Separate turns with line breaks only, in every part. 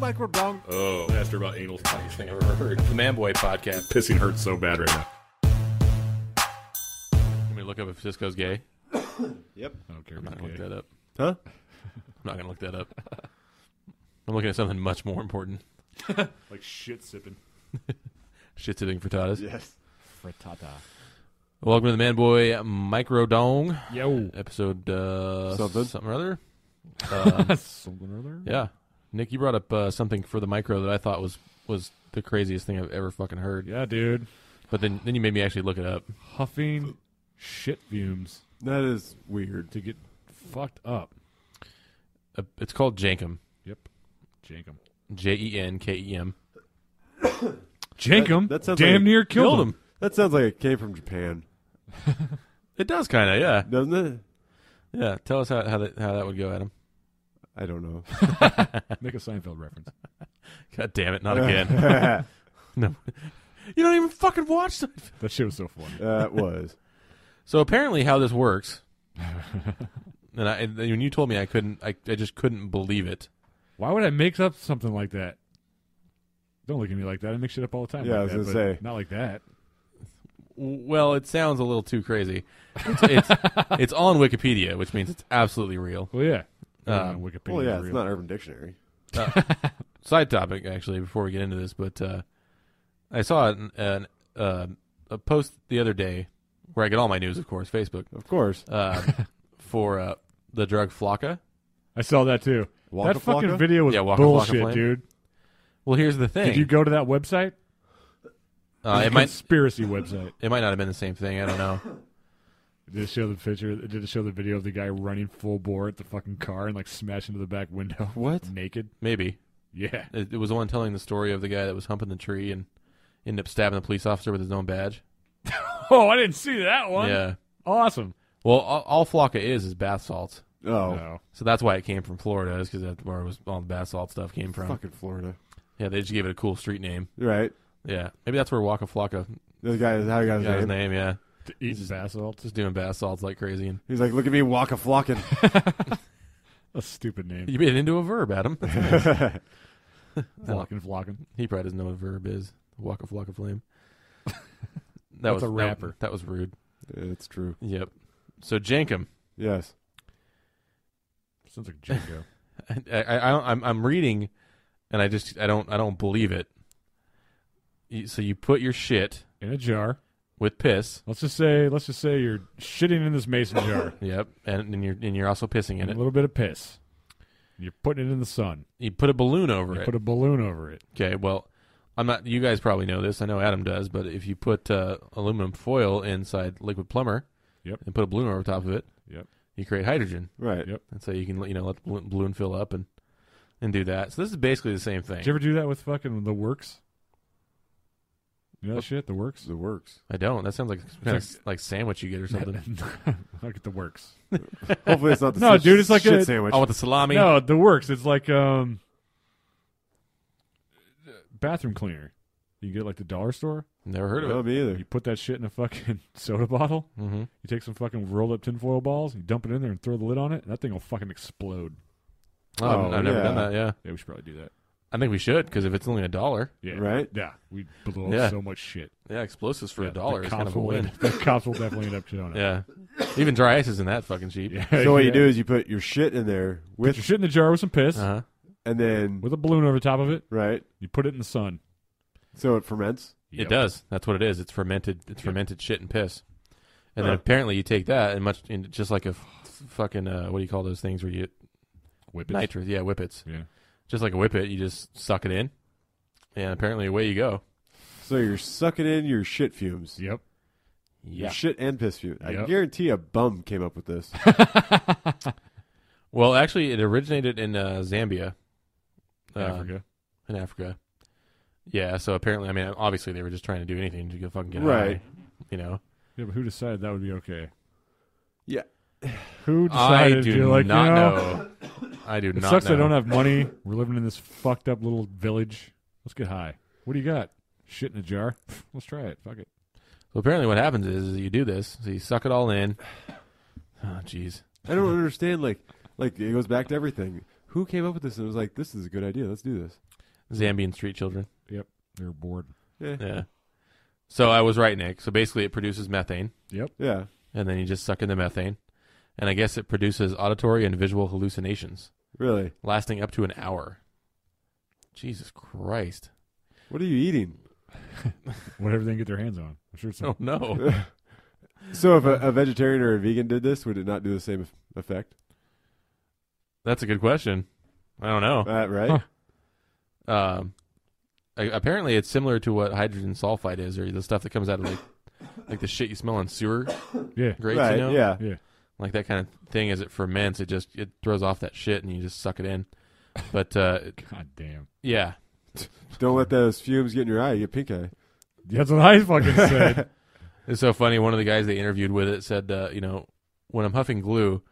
backward dog.
Oh, master about anal funniest thing I've ever heard. The Manboy podcast. Pissing hurts so bad right now. Let me look up if Cisco's gay.
Yep.
I don't care.
I'm
if
not gonna
he's gay.
look that up.
Huh?
I'm not gonna look that up. I'm looking at something much more important.
Like shit sipping.
Shit sitting for Tadas.
Yes.
Frittata.
Welcome to the Manboy Micro Dong
Yo.
episode uh,
Something.
something or other. Um,
Something or other.
yeah, Nick, you brought up uh, something for the micro that I thought was was the craziest thing I've ever fucking heard.
Yeah, dude.
But then then you made me actually look it up.
Huffing shit fumes
That is weird.
to get fucked up.
Uh, it's called Jankum.
Yep. Jankum.
J e n k e m.
Jankum.
That- that sounds
damn
like-
near killed, him.
That sounds like it came from Japan,
It does kind of, yeah,
doesn't it?
yeah. Tell us how how that, how that would go, Adam.
I don't know.
Make a Seinfeld reference.
God damn it,
Uh.
not again. you don't even fucking watch it.
That shit was so funny.
That was.
So apparently, how this works, and, I, and when you told me, I couldn't, I, I just couldn't believe it.
Why would I make up something like that? Don't look at me like that. I make shit up all the time.
Yeah,
like
I was
that,
gonna
but
say.
Not like that.
Well, it sounds a little too crazy. It's, it's, it's on Wikipedia, which means it's absolutely real.
Well, yeah.
Um,
Wikipedia.
Well, yeah, it's
real.
not Urban Dictionary.
Side topic, actually, before we get into this, but uh, I saw an, an, uh, a post the other day where I get all my news, of course, Facebook,
Of course.
uh, for uh, the drug Flocka.
I saw that too.
Waka
that fucking
Flocka?
video was
Yeah, Waka Flocka
bullshit,
Flame.
dude.
Well, here's the thing.
Did you go to that website?
uh,
It's a
it might
conspiracy website.
it might not have been the same thing. I don't know.
Did it show the picture? It Did it show the video of the guy running full bore at the fucking car and like smash into the back window?
What?
Naked?
Maybe
Yeah.
it, it was the one telling the story of the guy that was humping the tree and ended up stabbing the police officer with his own badge.
Oh, I didn't see that one.
Yeah.
Awesome.
Well, all, all Flocka is is bath salts.
Oh,
No.
So that's why it came from Florida, is because that's where it was all the bath salt stuff came from.
fucking Florida.
Yeah, they just gave it a cool street name.
You're right.
Yeah, maybe that's where Waka Flocka
This guy is how you got his
got his
name.
name. Yeah,
To eat basalt.
just doing bath salts like crazy, and
He's like, look at me, waka flocking.
A stupid name.
you made it into a verb, Adam.
Flocking, flocking.
he probably doesn't know what a verb is. Waka Flocka Flame. That
That's
was
a
that-
rapper.
That, was rude.
it's true.
Yep. So Jankum,
Yes.
Sounds like Django.
I, I, I don't- I'm I'm reading, and I just I don't I don't believe it. You- So you put your shit
in a jar.
with piss.
Let's just say, let's just say you're shitting in this mason jar.
Yep, and, and you're and you're also pissing in
and a
it.
little bit of piss. You're putting it in the sun.
You put a balloon over
You
it.
put a balloon over it.
Okay, well, I'm not. You guys probably know this. I know Adam does, but if you put uh, aluminum foil inside liquid plumber,
Yep.
and put a balloon over top of it,
Yep.
you create hydrogen,
Right.
Yep.
and so you can let- you know let the bal- balloon fill up and and do that. So this is basically the same thing.
Did you ever do that with fucking the works? You know that shit, the works.
It works.
I don't. That sounds like kind of s- like sandwich you get or something.
like the works.
Hopefully it's not the
No,
shit-
dude, it's like
shit
a-
sandwich.
I want Oh, the salami.
no, the works. It's like um, bathroom cleaner. You get like the dollar store.
Never heard
no,
of it.
me either.
You put that shit in a fucking soda bottle.
hmm
You take some fucking rolled up tinfoil balls. You dump it in there and throw the lid on it. And that thing will fucking explode.
Oh, I've-
Oh,
I've never
yeah.
done that. Yeah,
Yeah, we should probably do that.
I think we should because if it's only a dollar,
Yeah.
Right?
Yeah, we blow up
Yeah.
so much shit.
yeah, explosives for
Yeah,
a dollar
the
is kind
cops
of a
will
win.
end- The cops will definitely end up killing it.
Yeah, even dry ice isn't that fucking cheap.
Yeah.
So what
yeah.
you do is you put your shit in there
Put
with,
your shit in the jar with some piss,
Uh-huh.
and then
with a balloon over top of it.
right,
You put it in the sun.
so it ferments.
It does. That's what it is. It's fermented. It's
Yep.
fermented shit and piss. And then
Huh.
apparently you take that and much and just like a f- fucking uh, what do you call those things where you
Whip it.
nitrous? Yeah, whippets.
Yeah.
Just like a whippet, you just suck it in, and apparently away you go.
So you're sucking in your shit fumes,
Yep.
your shit and piss fumes. I
Yep.
guarantee a bum came up with this.
Well, actually, it originated in uh, Zambia, uh,
Africa.
in Africa. Yeah. So apparently, I mean, obviously, they were just trying to do anything to go fucking get
Right.
high, You know,
Yeah, but who decided that would be okay?
Yeah.
Who
I
decided
do
you're like,
not
you know,
know. I do
it
not.
sucks
know.
I don't have money. We're living in this fucked up little village. Let's get high. What do you got? Shit in a jar? Let's try it. Fuck it.
So apparently, what happens is, is you do this. So you suck it all in. Oh, jeez.
I don't understand. Like, like it goes back to everything. who came up with this and was like, this is a good idea. Let's do this.
Zambian street children.
They're bored.
Yeah. Yeah.
Yeah. So I was right, Nick. So basically, it produces methane,
Yep.
and then you just suck in the methane, and I guess it produces auditory and visual hallucinations
Really?
lasting up to an hour. Jesus Christ!
What are you eating?
Whatever they can get their hands on. I'm sure it's
Oh no!
so if a, a vegetarian or a vegan did this, would it not do the same eff- effect?
That's a good question. I don't know.
Uh, right?
Huh.
Um, a- apparently, it's similar to what hydrogen sulfide is, or the stuff that comes out of like, like the shit you smell in sewer
yeah.
grates.
right.
you know?
Yeah.
like that kind of thing as it ferments it just it throws off that shit and you just suck it in but uh
God damn.
yeah
Don't let those fumes get in your eye. You get pink eye.
That's what I fucking said.
it's so funny one of the guys they interviewed with it said uh, you know when i'm huffing glue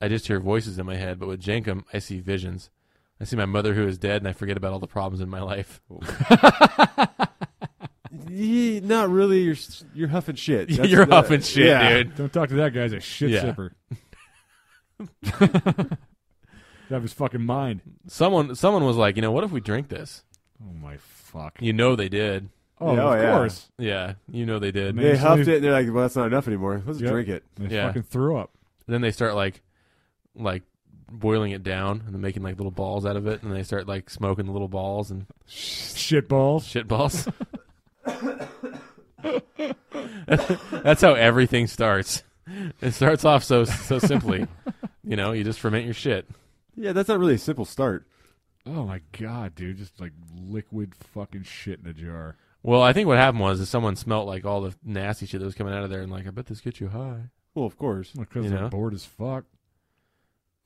i just hear voices in my head but with jankum i see visions i see my mother who is dead and i forget about all the problems in my life
Ye- not really. You're s- you're huffing shit. That's-
you're
that-
huffing shit
yeah.
dude
Don't talk to that guy. He's a shit
Yeah.
sipper. Out of his fucking mind.
someone someone was like you know what if we drink this
Oh my fuck.
you know they did
Oh,
Yeah, oh,
of
yeah.
course.
yeah you know they did
Man.
They
Maybe
huffed
somebody-
it and they're like, well, that's not enough anymore. Let's
Yep.
drink it.
They
Yeah.
fucking threw up.
then they start like like boiling it down and then making like little balls out of it and they start like smoking the little balls and
Shit balls.
shit balls that's how everything starts it starts off so so simply you know you just ferment your shit
Yeah, that's not really a simple start.
Oh my god, dude! Just like liquid fucking shit in a jar.
well i think what happened was is someone smelt like all the nasty shit that was coming out of there and like i bet this gets you high
Well, of course.
Because
You
they're
know?
bored as fuck.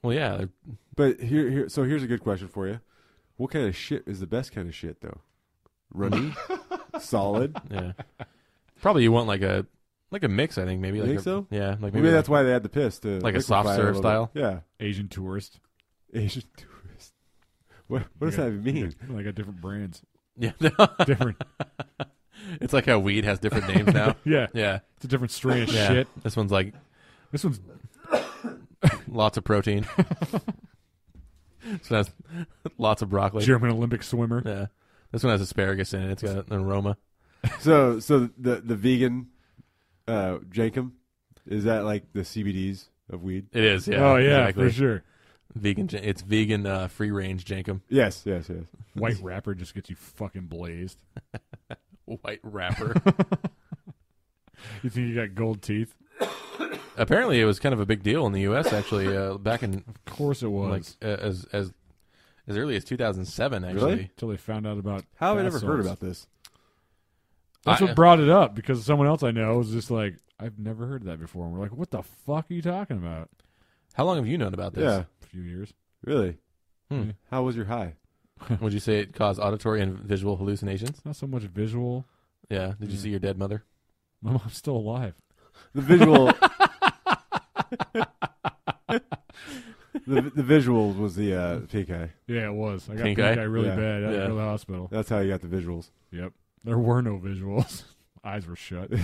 well yeah they're-
But here, here, so here's a good question for you. What kind of shit is the best kind of shit though? Runny, solid.
yeah probably you want like a like a mix i think maybe
You
like
think
a,
so?
yeah like
Maybe,
maybe,
that's why they had the piss to
Like a
liquefy
soft
it
serve
little
style?
bit. Yeah,
Asian tourist.
Asian tourist. What what does
Yeah.
that even mean?
Yeah, They got different brands.
yeah
Different.
It's like how weed has different names now.
yeah,
Yeah.
it's a different strain of
yeah.
shit.
This one's like
This one's
lots of protein. this one has lots of broccoli.
German Olympic swimmer.
Yeah. This one has asparagus in it. It's got an aroma.
So so the the vegan uh jankum is that like the CBDs of weed?
It is. Yeah.
oh yeah,
Exactly.
for sure.
Vegan. jan- It's vegan uh, free range jankum.
Yes, yes, yes.
White wrapper just gets you fucking blazed.
White wrapper.
You think you got gold teeth?
Apparently, it was kind of a big deal in the U.S. Actually, uh, back in
Of course it
like
was.
uh, as as as early as 2007. Actually,
Really?
Until they found out about
How have I
bath
never heard
salts.
about this?
That's
I- uh,
what brought it up because someone else I know was just like, I've never heard that before. And we're like, what the fuck are you talking about?
how long have you known about
Yeah,
this?
A few years.
really.
Hmm.
How was your high?
Would you say it caused auditory and visual hallucinations?
Not so much visual.
Yeah. Did you
Hmm.
see your dead mother?
My mom's still alive.
The visual. the the visuals was the uh, pink eye.
Yeah, it was. I got
Pink
pink,
eye?
eye really
Yeah.
bad. I had to
Yeah.
go to the hospital.
That's how you got the visuals.
Yep. There were no visuals. Eyes were shut.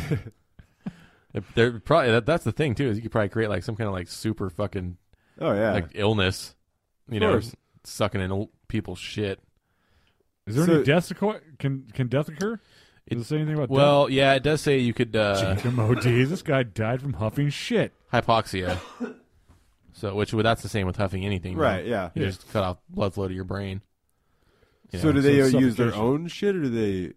If They're probably that, that's the thing too is you could probably create like some kind of like super fucking
Oh yeah.
like illness, you
Of
know,
course.
sucking in old people's shit.
Is there
So-
any death sequ- can can death occur?
It-
Does it say anything about
Well, yeah, it does say you could uh,
death? Jacob Modee, this guy died from huffing shit.
hypoxia. So which well, that's the same with huffing anything, you know?
right. Yeah.
You
Yeah.
just cut off blood flow to your brain. You
So
know,
do they
so
uh, use their
suffocation.
own shit, or do they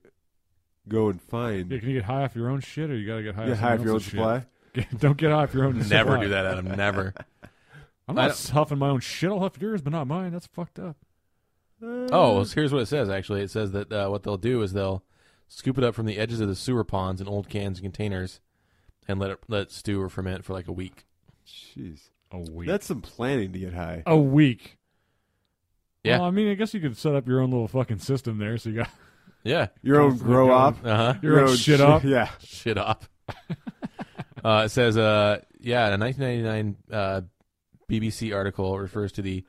go and find?
Yeah, can you get high off your own shit, or you gotta get high?
Yeah,
off
high
someone
if your own
else's shit?
supply.
Don't get high off your own.
never
supply.
do that, Adam. Never.
I'm
I
not
don't-
huffing my own shit. I'll huff yours, but not mine. That's fucked up.
Uh,
Oh, so here's what it says. Actually, it says that uh, what they'll do is they'll scoop it up from the edges of the sewer ponds in old cans and containers, and let it let it stew or ferment for like a week.
jeez,
A week.
that's some planning to get high.
a week.
Yeah.
Well, I mean, I guess you could set up your own little fucking system there, so you got
Yeah.
Your own
Constantly
grow
going.
up,
Uh huh.
your, own, shit
shi-
up.
Yeah,
shit up. uh, it says, uh, yeah, a 1999 uh, BBC article refers to the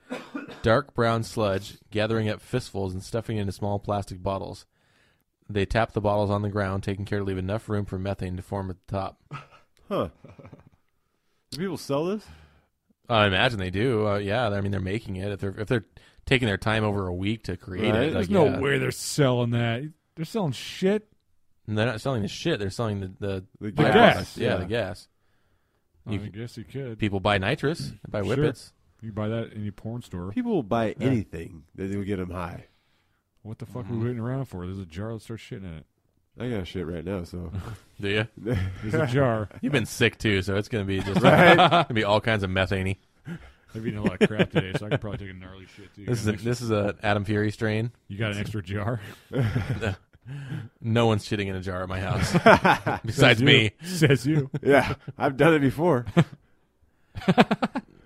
dark brown sludge gathering up fistfuls and stuffing into small plastic bottles. They tap the bottles on the ground, taking care to leave enough room for methane to form at the top.
huh? Do people sell this?
I imagine they do. Uh, yeah, I mean they're making it. If they're if they're taking their time over a week to create
Right.
it.
There's
Like,
no
yeah.
way they're selling that. They're selling shit.
And they're not selling the shit. They're selling the the,
The
byproduct.
gas,
Yeah,
yeah.
the gas. You
I
could-
guess you could.
People buy nitrous, they buy
Sure.
whippets.
You buy that at any porn store.
People will buy
Yeah.
anything that will get them high.
What the fuck are
Mhm.
we waiting around for? There's a jar. Let's start shitting in it.
I got shit right now, so
Do you?
There's a jar.
You've been sick too, so it's gonna be just
Right.
gonna be all kinds of methane.
I've eaten a lot of crap today, so I could probably take a gnarly shit too. You
This is
got
a,
an extra-
this is a Adam Fury strain.
you got an extra jar?
No one's shitting in a jar at my house besides
Says you.
me.
Says you.
yeah, I've done it before.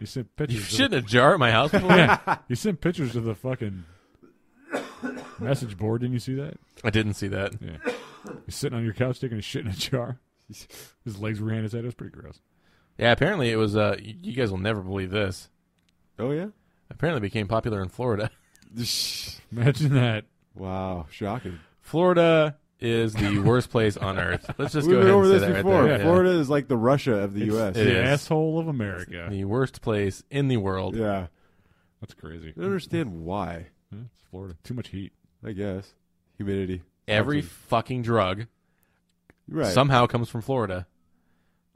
You sent
You
pictures.
shit in a jar at my house
Of
before?
the, yeah. You sent pictures to the fucking message board. Didn't you see that?
I didn't see that.
Yeah. You're sitting on your couch taking a shit in a jar. His legs were hanging his head. It was pretty gross.
Yeah, apparently it was. Uh, y- you guys will never believe this.
Oh yeah.
Apparently, it became popular in Florida.
Imagine that.
Wow, shocking.
Florida is the worst place on earth. Let's just
We've
go
been
ahead
over
and say
this
that right
before.
there. Yeah.
Florida is like the Russia of the
It's
U.S.
It
the
is.
asshole of America.
The worst place in the world.
Yeah,
That's crazy.
I don't understand why.
Yeah, Hmm? It's Florida. Too much heat.
I guess humidity.
Every
Something.
fucking drug
Right.
somehow comes from Florida.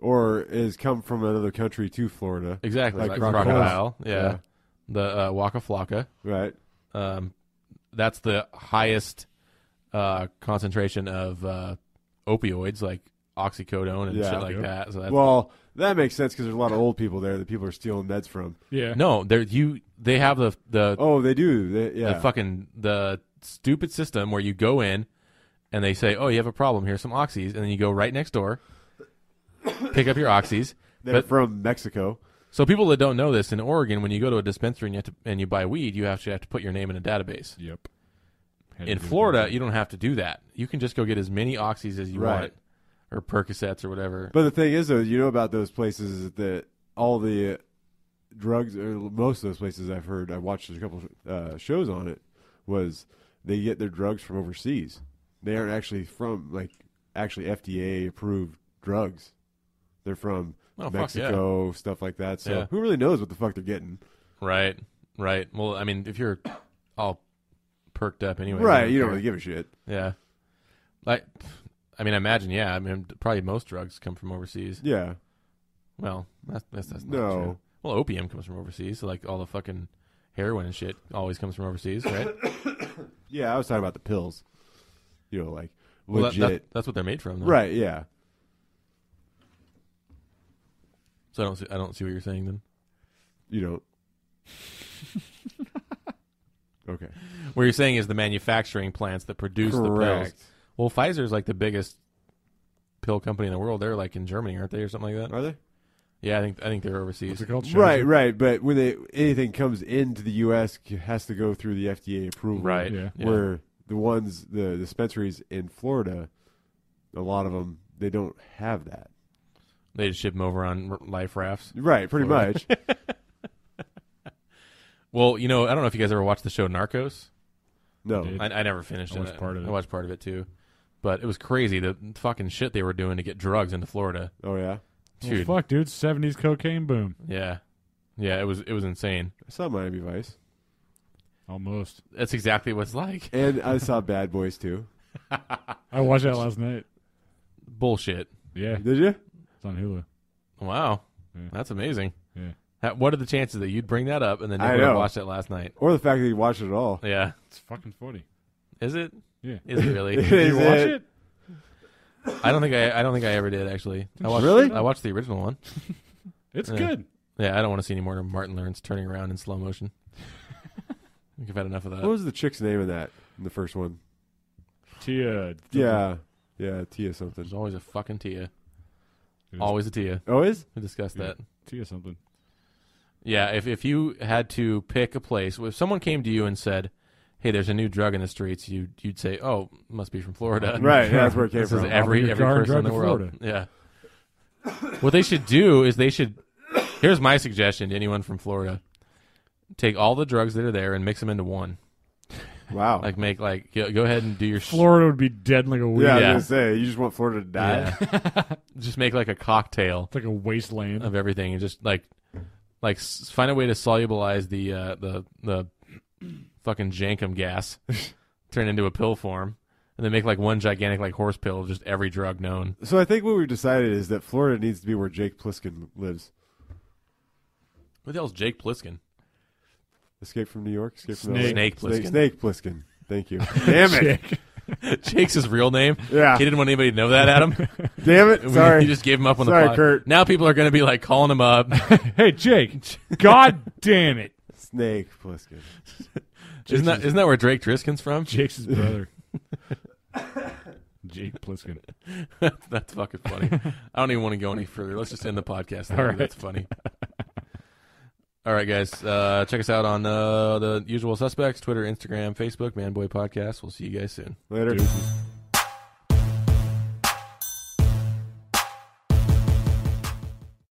or has come from another country to Florida.
Exactly,
Like
like,
crocodiles.
crocodile. Yeah, the uh, Waka Flocka.
Right.
Um, that's the highest uh, concentration of uh, opioids, like oxycodone and
Yeah.
shit like
Yep.
that. So that's,
well, that makes sense because there's a lot of old people there that people are stealing meds from.
Yeah.
no, there you they have the the
Oh, they do. They,
the
yeah.
fucking the stupid system where you go in and they say, "Oh, you have a problem. Here's some oxys," and then you go right next door, pick up your oxys.
They're
but-
from Mexico.
So people that don't know this in Oregon, when you go to a dispensary and you have to, and you buy weed, you actually have to put your name in a database.
Yep. Had to
In
do it.
Florida, you don't have to do that. You can just go get as many oxys as you
Right.
want, or Percocets or whatever.
But the thing is, though, you know about those places is that all the uh, drugs, or most of those places I've heard, I watched a couple uh, shows on it, was they get their drugs from overseas. They aren't actually from, like, actually FDA approved drugs. They're from
Oh, fuck
Mexico, stuff like that. So
Yeah.
who really knows what the fuck they're getting?
Right, right. Well, I mean, if you're all perked up anyway,
right. You don't
care.
really give a shit.
Yeah. Like, I mean, I imagine, yeah. I mean, probably most drugs come from overseas.
Yeah.
Well, that's, that's, that's not
No.
true. Well, opium comes from overseas. So like, all the fucking heroin and shit always comes from overseas, right?
Yeah, I was talking about the pills. You know, like
Well, that-
legit.
that- that's what they're made from. Though.
right, yeah.
So I don't, see, I don't see what you're saying then.
You don't. okay.
What you're saying is the manufacturing plants that produce
Correct.
the pills. Well, Pfizer's like the biggest pill company in the world. They're like in Germany, aren't they, or something like that?
Are they?
Yeah, I think I think they're
What's
overseas.
it called? Shows
Right,
you?
right. But when they anything comes into the US c- has to go through the FDA approval.
Right.
Yeah.
Yeah.
Where the ones the dispensaries in Florida, a lot of them they don't have that.
They just ship them over on r- life rafts.
Right, pretty
Florida.
much.
Well, you know, I don't know if you guys ever watched the show Narcos.
No.
Did.
I, I never finished
I
it.
watched part of it.
I watched part of it too, but it was crazy the fucking shit they were doing to get drugs into Florida.
Oh yeah.
Well,
Dude,
fuck, dude. 70s cocaine boom.
yeah, yeah, it was it was insane.
I saw Miami Vice.
Almost.
That's exactly what it's like.
And I saw Bad Boys too.
I watched that last night.
Bullshit.
Yeah.
Did you?
It's on Hulu.
Wow,
Yeah.
that's amazing.
Yeah.
Ha- What are the chances that you'd bring that up and then
I
never
know.
watched it last night?
Or the fact that you watched it at all.
Yeah,
It's fucking funny.
is it?
Yeah.
Is it really?
Did
Is
you watch
it-
it?
I don't think I. I don't think I ever did actually. I watched,
Really?
I watched the original one.
It's
Yeah.
good.
Yeah, I don't want to see any more of Martin Lawrence turning around in slow motion. I think I've had enough of that.
What was the chick's name in that? In the first one?
Tia.
Yeah. Yeah, Tia
There's
something.
always a fucking Tia.
It was
Always a Tia.
Oh, is?
We discussed
Yeah.
that.
Tia something.
Yeah, if if you had to pick a place, if someone came to you and said, "Hey, there's a new drug in the streets," you you'd say, "Oh, must be from Florida."
Right, yeah, that's where it came
This
from.
is
Albert
every every
Garden
person in
drug
the
to
world. Yeah. what they should do is they should. Here's my suggestion to anyone from Florida: take all the drugs that are there and mix them into one.
Wow.
Like make like go, go ahead and do your sh-
Florida would be dead like a weed.
yeah, I
yeah.
was going to say, you just want Florida to die?
Yeah. just make like a cocktail
It's like a wasteland.
of everything and just like like s- find a way to solubilize the uh, the the fucking jankum gas, turn into a pill form, and they make like one gigantic like horse pill of just every drug known.
So I think what we've decided is that Florida needs to be where Jake Pliskin lives.
Who the hell's Jake Pliskin?
Escape from New York. Escape from
Snake.
LA.
Snake
Snake,
Plissken.
Snake Pliskin. Thank you. Damn it.
Jake.
Jake's his real name.
Yeah.
He didn't want anybody to know that, Adam.
Damn it. Ah. Sorry.
he just gave him up on
Sorry,
the pod.
Kurt.
Now people are going to be like calling him up.
Hey, Jake. God damn it.
Snake Pliskin.
isn't that isn't that where Drake Driskin's from?
Jake's his brother. Jake Pliskin.
That's fucking funny. I don't even want to go any further. Let's just end the podcast. there.
All right.
That's funny. All right, guys. Uh, check us out on uh, the usual suspects Twitter, Instagram, Facebook, Manboy Podcast. We'll see you guys soon.
Later.
Deuces.